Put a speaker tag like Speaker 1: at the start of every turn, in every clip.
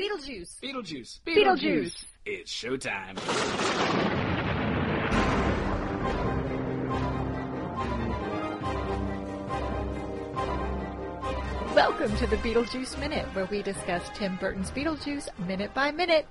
Speaker 1: Beetlejuice.
Speaker 2: Beetlejuice.
Speaker 1: Beetlejuice.
Speaker 2: It's showtime.
Speaker 1: Welcome to the Beetlejuice Minute, where we discuss Tim Burton's Beetlejuice minute by minute.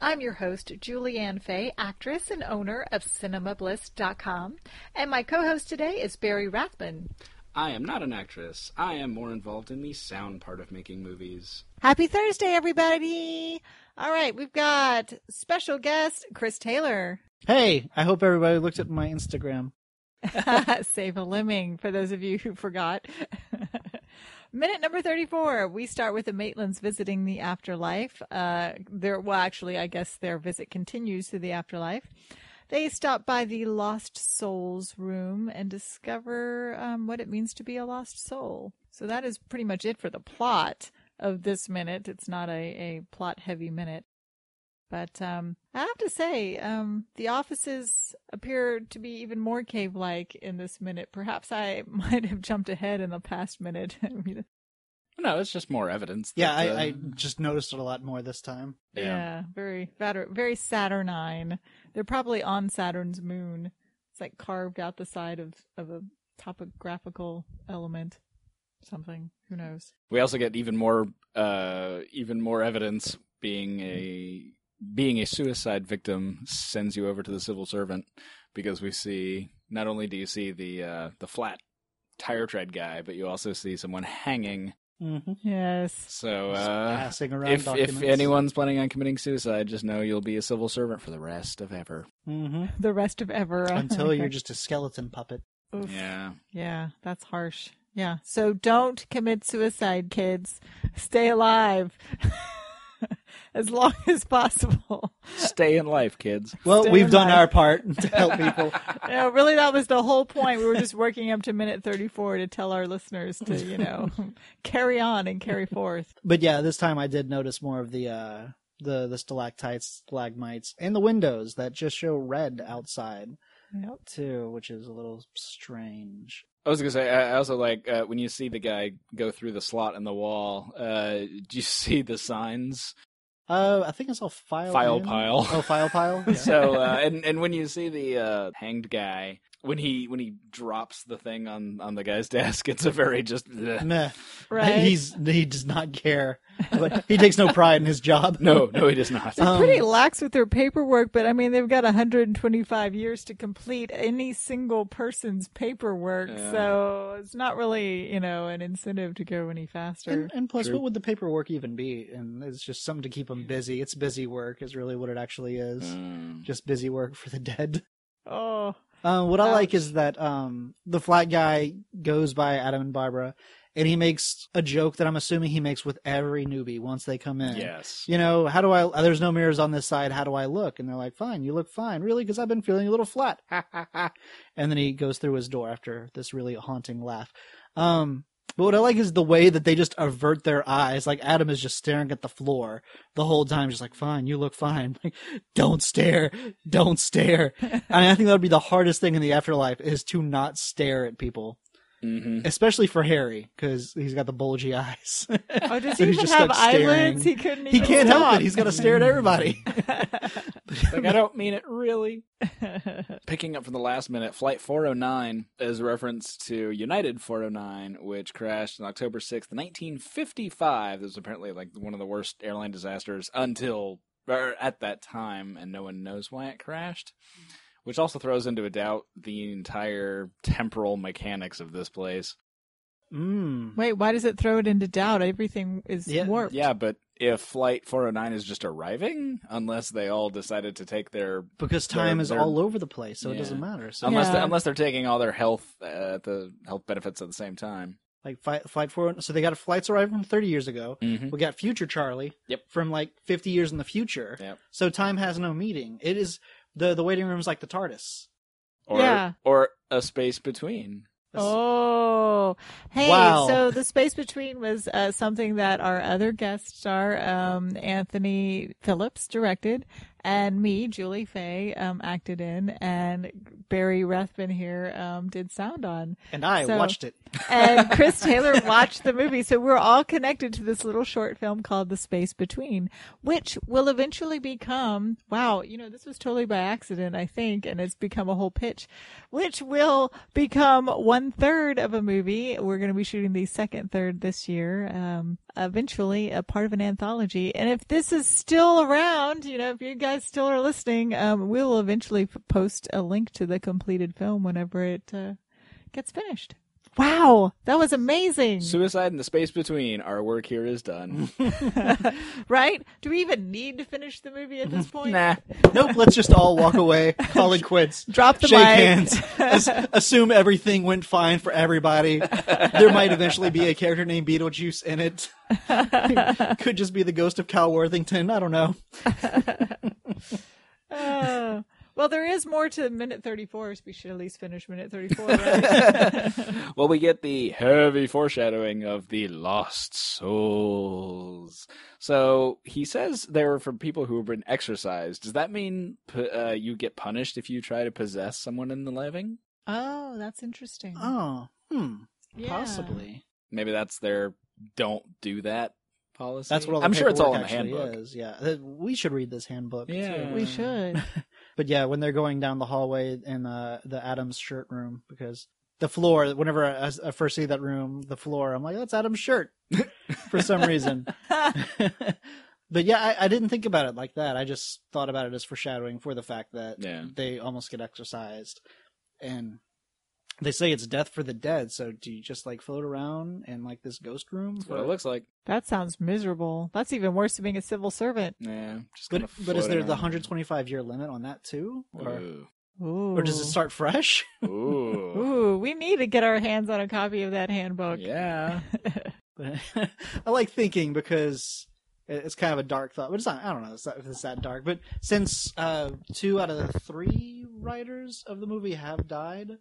Speaker 1: I'm your host, Julianne Fay, actress and owner of CinemaBliss.com, and my co-host today is Barry Rathman.
Speaker 2: I am not an actress. I am more involved in the sound part of making movies.
Speaker 1: Happy Thursday, everybody! All right, we've got special guest Chris Taylor.
Speaker 3: Hey, I hope everybody looked at my Instagram.
Speaker 1: Save a lemming for those of you who forgot. Minute number 34. We start with the Maitlands visiting the afterlife. Uh, their, well, actually, I guess their visit continues to the afterlife. They stop by the Lost Souls room and discover um, what it means to be a lost soul. So that is pretty much it for the plot of this minute. It's not a, a plot heavy minute. But um, I have to say, um, the offices appear to be even more cave like in this minute. Perhaps I might have jumped ahead in the past minute. I mean,
Speaker 2: No, it's just more evidence.
Speaker 3: Yeah,
Speaker 2: that, uh,
Speaker 3: I, I just noticed it a lot more this time.
Speaker 2: Yeah.
Speaker 1: yeah. very Satur- very Saturnine. They're probably on Saturn's moon. It's like carved out the side of, of a topographical element, something. Who knows?
Speaker 2: We also get even more, uh, even more evidence being a being a suicide victim sends you over to the civil servant because we see not only do you see the uh, the flat tire tread guy, but you also see someone hanging.
Speaker 3: Mm-hmm.
Speaker 1: Yes.
Speaker 2: So uh,
Speaker 3: Passing around
Speaker 2: if
Speaker 3: documents.
Speaker 2: if anyone's planning on committing suicide, just know you'll be a civil servant for the rest of ever.
Speaker 3: hmm
Speaker 1: The rest of ever.
Speaker 3: Until you're just a skeleton puppet.
Speaker 1: Oof.
Speaker 2: Yeah.
Speaker 1: Yeah, that's harsh. Yeah. So don't commit suicide, kids. Stay alive as long as possible.
Speaker 2: Stay in life, kids.
Speaker 3: Well,
Speaker 1: Stay
Speaker 3: we've done
Speaker 1: alive.
Speaker 3: our part to help people.
Speaker 1: Yeah, really, that was the whole point. We were just working up to minute 34 to tell our listeners to, you know, carry on and carry forth.
Speaker 3: but yeah, this time I did notice more of the uh, the the stalactites, stalagmites, and the windows that just show red outside
Speaker 1: Yep.
Speaker 3: too, which is a little strange.
Speaker 2: I was gonna say, I I also like uh, when you see the guy go through the slot in the wall. Uh, do you see the signs
Speaker 3: Uh, I think it's all file
Speaker 2: file
Speaker 3: in.
Speaker 2: pile?
Speaker 3: Oh, file pile. Yeah.
Speaker 2: so uh, and and when you see the uh, hanged guy when he when he drops the thing on on the guy's desk, it's a very just bleh.
Speaker 3: Meh.
Speaker 1: Right.
Speaker 3: He's he does not care, but he takes no pride in his job.
Speaker 2: no no he does not.
Speaker 3: Um,
Speaker 1: Pretty lax with their paperwork, but I mean, they've got 125 years to complete any single person's paperwork.
Speaker 2: Yeah.
Speaker 1: So it's not really, you know, an incentive to go any faster.
Speaker 3: And, and plus,
Speaker 2: True.
Speaker 3: what would the paperwork even be? And it's just something to keep them busy. It's busy work, is really what it actually is.
Speaker 2: Mm.
Speaker 3: Just busy work for the dead.
Speaker 1: oh.
Speaker 3: Um, what I like
Speaker 1: Ouch.
Speaker 3: is that um, the flat guy goes by Adam and Barbara, and he makes a joke that I'm assuming he makes with every newbie once they come in.
Speaker 2: Yes.
Speaker 3: You know, how do I? There's no mirrors on this side. How do I look? And they're like, "Fine, you look fine, really, because I've been feeling a little flat." Ha ha ha. And then he goes through his door after this really haunting laugh. Um, but what I like is the way that they just avert their eyes. Like Adam is just staring at the floor the whole time, just like, "Fine, you look fine. Like, don't stare, don't stare." and I think that would be the hardest thing in the afterlife is to not stare at people,
Speaker 2: hmm
Speaker 3: especially for Harry because he's got the bulgy eyes.
Speaker 1: Oh, does
Speaker 3: So
Speaker 1: he
Speaker 3: he's
Speaker 1: even
Speaker 3: just
Speaker 1: have
Speaker 3: stuck staring.
Speaker 1: eyelids? He couldn't.
Speaker 3: he
Speaker 1: even
Speaker 3: can't help
Speaker 1: stop.
Speaker 3: it. He's got to stare at everybody.
Speaker 2: Like, I don't mean it really. Picking up from the last minute, Flight 409 is a reference to United 409, which crashed on October 6th, 1955. This was apparently like one of the worst airline disasters until or at that time, and no one knows why it crashed. Which also throws into a doubt the entire temporal mechanics of this place.
Speaker 3: Mm.
Speaker 1: Wait, why does it throw it into doubt? Everything is
Speaker 3: Yeah,
Speaker 1: warped.
Speaker 2: Yeah, but if Flight 409 is just arriving, unless they all decided to take their
Speaker 3: because
Speaker 2: They're-
Speaker 3: time is
Speaker 2: they're-
Speaker 3: all over the place, so it
Speaker 2: Yeah. Um,
Speaker 3: doesn't matter. So
Speaker 2: unless
Speaker 1: Yeah.
Speaker 2: unless they're taking all their health uh, the health benefits at the same time.
Speaker 3: like flight, flight four, so they got a flights arriving from thirty years ago. We got future Charlie,
Speaker 2: Yep.
Speaker 3: from like fifty years in the future.
Speaker 2: Yep.
Speaker 3: So time has no meaning. It is the the waiting room is like the TARDIS.
Speaker 2: Or
Speaker 1: Yeah. Mm-hmm.
Speaker 2: or a space between.
Speaker 3: That's-
Speaker 1: Oh, hey!
Speaker 3: Wow.
Speaker 1: So the space between was uh, something that our other guest star, um, Anthony Phillips, directed, and me, Julie Fay, um, acted in, and Barry Rathbun here um, did sound on.
Speaker 3: And I
Speaker 1: So-
Speaker 3: watched it.
Speaker 1: And Chris Taylor watched the movie. So we're all connected to this little short film called The Space Between, which will eventually become, wow, you know, this was totally by accident, I think, and it's become a whole pitch, which will become one third of a movie. We're going to be shooting the second third this year, um, eventually a part of an anthology. And if this is still around, you know, if you guys still are listening, um, we'll eventually p- post a link to the completed film whenever it, uh, gets finished. Wow, that was amazing.
Speaker 2: Suicide and the Space Between. Our work here is done.
Speaker 1: right? Do we even need to finish the movie at this point?
Speaker 2: nah.
Speaker 3: Nope, let's just all walk away, call it quits,
Speaker 1: Drop the
Speaker 3: shake
Speaker 1: mic.
Speaker 3: hands, as- assume everything went fine for everybody. There might eventually be a character named Beetlejuice in it. Could just be the ghost of Cal Worthington. I don't know.
Speaker 1: Uh, well, there is more to minute 34, so we should at least finish minute 34. Right?
Speaker 2: Well, we get the heavy foreshadowing of the lost souls. So he says they were for people who have been exorcised. Does that mean p- uh, you get punished if you try to possess someone in the living?
Speaker 1: oh, that's interesting.
Speaker 3: Oh, hmm,
Speaker 1: Yeah.
Speaker 3: possibly.
Speaker 2: Maybe that's their don't do that policy.
Speaker 3: That's what all the
Speaker 2: I'm sure it's all in the
Speaker 3: paperwork actually
Speaker 2: handbook.
Speaker 3: Is. Yeah, Uh, we should read this handbook.
Speaker 2: Yeah.
Speaker 3: too.
Speaker 1: We should.
Speaker 3: But yeah, when they're going down the hallway in uh, the Adam's shirt room, because the floor, whenever I, I first see that room, the floor, I'm like, that's Adam's shirt for some reason. but yeah, I, I didn't think about it like that. I just thought about it as foreshadowing for the fact that
Speaker 2: Yeah.
Speaker 3: they almost get exercised. And they say it's death for the dead. So do you just like float around in like this ghost room?
Speaker 2: That's
Speaker 3: For...
Speaker 2: what it looks like.
Speaker 1: That sounds miserable. That's even worse than being a civil servant.
Speaker 2: Yeah. Just
Speaker 3: but,
Speaker 2: kinda
Speaker 3: but is there
Speaker 2: floating
Speaker 3: the
Speaker 2: around. Uh,
Speaker 3: 125 year limit on that too? Or,
Speaker 2: Ooh.
Speaker 1: Ooh.
Speaker 3: or does it start fresh?
Speaker 2: Ooh.
Speaker 1: Ooh, we need to get our hands on a copy of that handbook.
Speaker 2: Yeah.
Speaker 3: But I like thinking because it- it's kind of a dark thought, but it's not. I don't know it's not, if it's that dark. But since uh, two out of the three writers of the movie have died,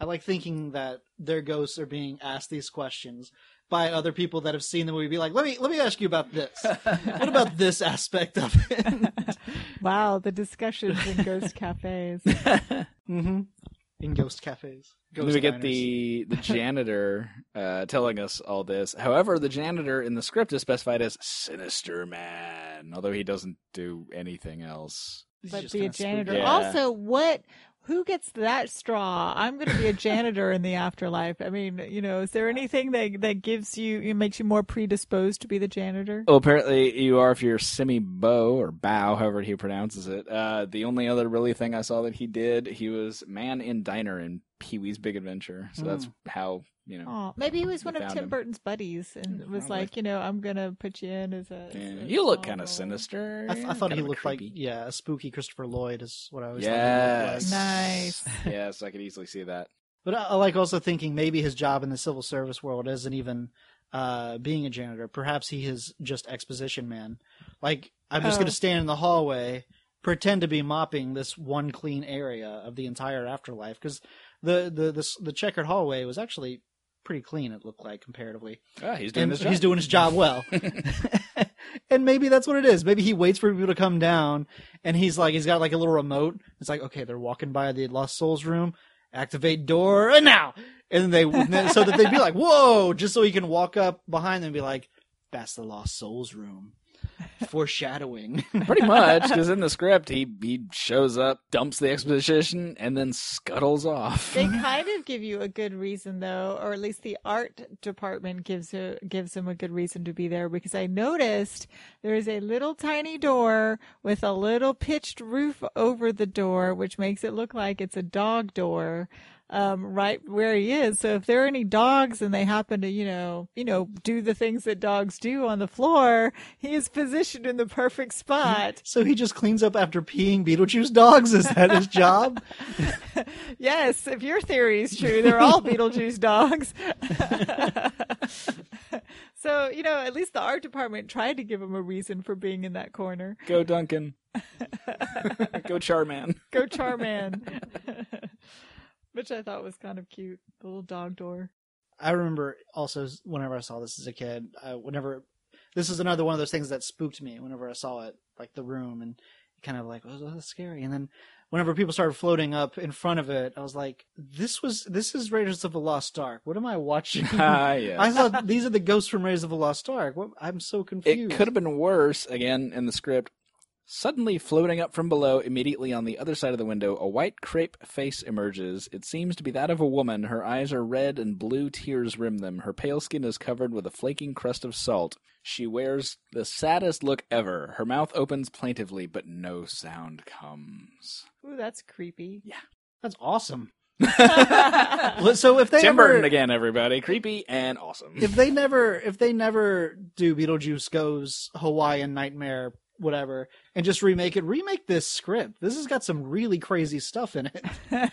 Speaker 3: I like thinking that their ghosts are being asked these questions by other people that have seen the movie. Be like, let me let me ask you about this. what about this aspect of it?
Speaker 1: Wow, the discussions in ghost cafes.
Speaker 3: mm-hmm. In ghost cafes,
Speaker 2: Then
Speaker 3: ghost
Speaker 2: we get
Speaker 3: diners.
Speaker 2: the the janitor uh, telling us all this. However, the janitor in the script is specified as Sinister Man, although he doesn't do anything else.
Speaker 3: He's
Speaker 1: but
Speaker 3: just
Speaker 1: be a
Speaker 3: kinda spooked.
Speaker 1: janitor.
Speaker 2: Yeah.
Speaker 1: Also, what? Who gets that straw? I'm going to be a janitor in the afterlife. I mean, you know, is there anything that that gives you, it makes you more predisposed to be the janitor?
Speaker 2: Well, apparently you are if you're Simi Bo or Bow, however he pronounces it. Uh, the only other really thing I saw that he did, he was Man in Diner in Pee Wee's Big Adventure. So
Speaker 3: Hmm.
Speaker 2: that's how you know.
Speaker 1: Oh, maybe he was
Speaker 2: You
Speaker 1: one of
Speaker 2: found
Speaker 1: Tim
Speaker 2: him.
Speaker 1: Burton's buddies and
Speaker 2: Hmm,
Speaker 1: was
Speaker 2: probably.
Speaker 1: like, you know, I'm going to put you in as a.
Speaker 2: Yeah.
Speaker 1: as a
Speaker 2: You look
Speaker 1: small
Speaker 2: kind of
Speaker 1: role.
Speaker 2: sinister.
Speaker 3: I, th- I thought
Speaker 2: Kind
Speaker 3: he
Speaker 2: of a
Speaker 3: looked like
Speaker 2: creepy.
Speaker 3: yeah, a spooky Christopher Lloyd is what I was.
Speaker 2: Yes.
Speaker 1: Nice.
Speaker 2: yes, I could easily see that.
Speaker 3: But I, I like also thinking maybe his job in the civil service world isn't even uh, being a janitor. Perhaps he is just exposition man. Like I'm just
Speaker 1: Oh.
Speaker 3: going to stand in the hallway, pretend to be mopping this one clean area of the entire afterlife because the the the, s- the checkered hallway was actually pretty clean. It looked like comparatively,
Speaker 2: Ah, he's doing
Speaker 3: and
Speaker 2: his job.
Speaker 3: he's doing his job well. and maybe that's what it is. Maybe he waits for people to come down, and he's like, he's got like a little remote. It's like, okay, they're walking by the Lost Souls room. Activate door, and now, and they so that they'd be like, whoa, just so he can walk up behind them and be like, that's the Lost Souls room. Foreshadowing.
Speaker 2: Pretty much, because in the script, he he shows up, dumps the exposition, and then scuttles off.
Speaker 1: They kind of give you a good reason though, or at least the art department gives a, gives them a good reason to be there because I noticed there is a little tiny door with a little pitched roof over the door, which makes it look like it's a dog door. Um, right where he is. So if there are any dogs and they happen to, you know, you know, do the things that dogs do on the floor, he is positioned in the perfect spot.
Speaker 3: so he just cleans up after peeing Beetlejuice dogs. Is that his job?
Speaker 1: Yes, if your theory is true, they're all Beetlejuice dogs. so, you know, at least the art department tried to give him a reason for being in that corner.
Speaker 2: Go Duncan. Go Charman.
Speaker 1: Go Charman. Which I thought was kind of cute. The little dog door.
Speaker 3: I remember also s- whenever I saw this as a kid, I, whenever this is another one of those things that spooked me whenever I saw it, like the room and kind of like, oh, that's scary. And then whenever people started floating up in front of it, I was like, this was this is Raiders of the Lost Ark. What am I watching?
Speaker 2: Ah, yes.
Speaker 3: I thought these are the ghosts from Raiders of the Lost Ark. What, I'm so
Speaker 2: It
Speaker 3: confused.
Speaker 2: could have been worse, again, in the script. Suddenly floating up from below, immediately on the other side of the window, a white crepe face emerges. It seems to be that of a woman. Her eyes are red and blue tears rim them. Her pale skin is covered with a flaking crust of salt. She wears the saddest look ever. Her mouth opens plaintively, but no sound comes.
Speaker 1: Ooh, that's creepy.
Speaker 3: That's awesome.
Speaker 1: Well,
Speaker 3: So if they
Speaker 2: Tim
Speaker 3: ever,
Speaker 2: Burton again, everybody. Creepy and awesome.
Speaker 3: if they never if they never do Beetlejuice goes Hawaiian Nightmare whatever and just remake it, remake this script. This has got some really crazy stuff in it.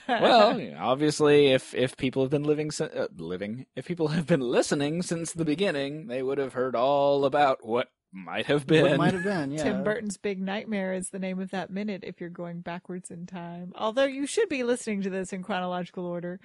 Speaker 2: well, you know, obviously, if if people have been living si- uh, living, if people have been listening since the beginning, they would have heard all about what might have
Speaker 3: What
Speaker 2: been.
Speaker 3: might have been, yeah.
Speaker 1: Tim Burton's Big Nightmare is the name of that minute if you're going backwards in time. Although you should be listening to this in chronological order.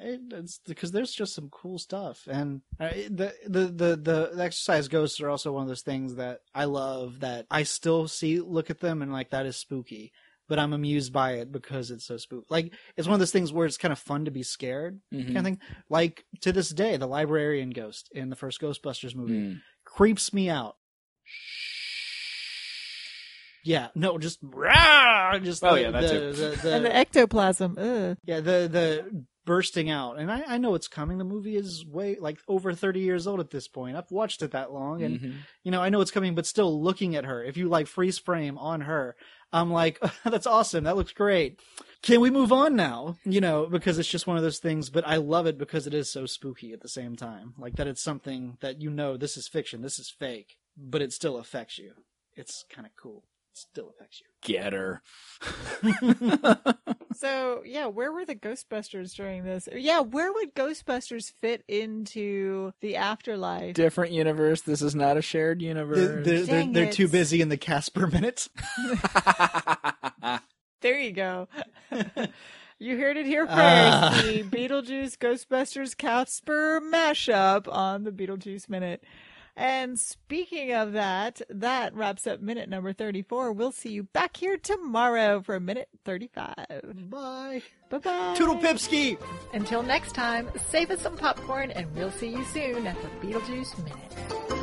Speaker 3: It- it's because there's just some cool stuff and uh, it- the, the the the the exercise ghosts are also one of those things that i love that i still see look at them and like that is spooky but i'm amused by it because it's so spooky like it's one of those things where it's kind of fun to be scared
Speaker 2: Mhm.
Speaker 3: kind of thing like to this day the librarian ghost in the first ghostbusters movie
Speaker 2: Mm.
Speaker 3: creeps me out yeah no just rah, just
Speaker 2: Oh,
Speaker 3: the-
Speaker 2: yeah, that
Speaker 3: the-
Speaker 2: too.
Speaker 3: the- the-
Speaker 1: and the ectoplasm. Ugh.
Speaker 3: yeah, the the bursting out, and I, I know it's coming. The movie is way like over thirty years old at this point. I've watched it that long, and
Speaker 2: Mhm.
Speaker 3: you know I know it's coming, but still looking at her. If you like freeze frame on her, I'm like, that's awesome. That looks great. Can we move on now? You know, because it's just one of those things. But I love it because it is so spooky at the same time. Like that, it's something that you know this is fiction, this is fake, but it still affects you. It's kind of cool. It still affects you.
Speaker 2: Get her.
Speaker 1: So, yeah, where were the Ghostbusters during this? Yeah, where would Ghostbusters fit into the afterlife?
Speaker 2: Different universe. This is not a shared universe.
Speaker 3: They're, they're, they're,
Speaker 1: Dang
Speaker 3: they're
Speaker 1: it.
Speaker 3: too busy in the Casper minutes.
Speaker 1: There you go. you heard it here first.
Speaker 3: Ah.
Speaker 1: The Beetlejuice Ghostbusters Casper mashup on the Beetlejuice Minute. And speaking of that, that wraps up minute number 34. We'll see you back here tomorrow for minute 35.
Speaker 3: Bye.
Speaker 1: Bye bye.
Speaker 3: Toodle Pipski.
Speaker 1: Until next time, save us some popcorn and we'll see you soon at the Beetlejuice Minute.